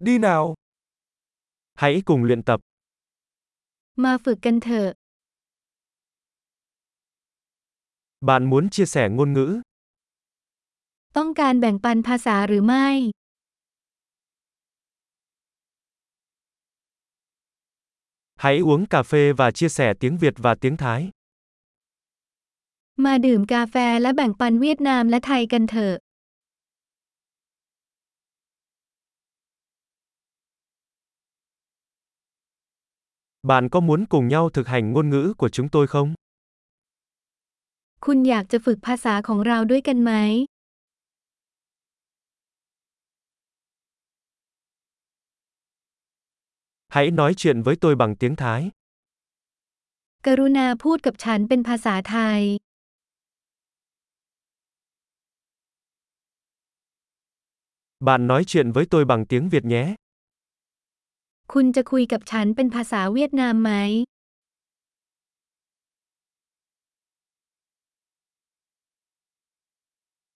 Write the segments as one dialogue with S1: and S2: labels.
S1: đi nào. Hãy cùng luyện tập,
S2: มาฝึกกันเถอะ
S1: bạn muốn chia sẻ ngôn ngữ,
S2: ต้องการแบ่งปันภาษาหรือไม่
S1: hãy uống cà phê và chia sẻ tiếng Việt và tiếng Thái.
S2: มาดื่มกาแฟและแบ่งปันเวียดนามและไทยกันเถอะ
S1: Bạn có muốn cùng nhau thực hành ngôn ngữ của chúng tôi không?
S2: คุณอยากจะฝึกภาษาของเราด้วยกันไหม
S1: Hãy nói chuyện với tôi bằng tiếng Thái.
S2: กรุณาพูดกับฉันเป็นภาษาไทย
S1: Bạn nói chuyện với tôi bằng tiếng Việt nhé.
S2: คุณจะคุยกับฉันเป็นภาษาเวียดนามไหม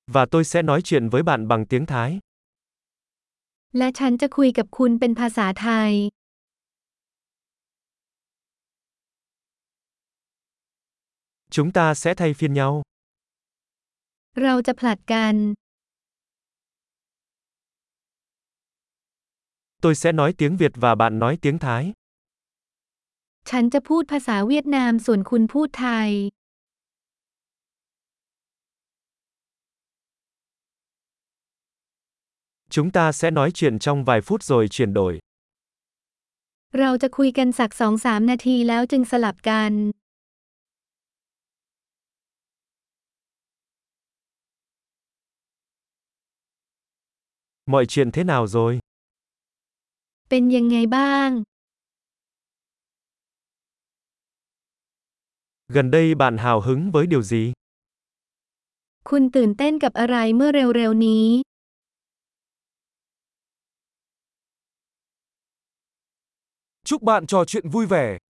S1: Và tôi sẽ nói chuyện với bạn bằng tiếng Thái.
S2: และฉันจะคุยกับคุณเป็นภาษาไทย
S1: Chúng ta sẽ thay phiên nhau.
S2: เราจะผลัดกัน
S1: Tôi sẽ nói tiếng Việt và bạn nói tiếng Thái.
S2: ฉันจะพูดภาษาเวียดนามส่วนคุณพูดไทย
S1: Chúng ta sẽ nói chuyện trong vài phút rồi chuyển đổi.
S2: เราจะคุยกันสักสองสามนาทีแล้วจึงสลับกัน
S1: Mọi chuyện thế nào rồi?
S2: เป็นยังไงบ้าง
S1: Gần đây bạn hào hứng với điều gì?
S2: คุณตื่นเต้นกับอะไรเมื่อเร็วๆนี้
S1: Chúc bạn trò chuyện vui vẻ.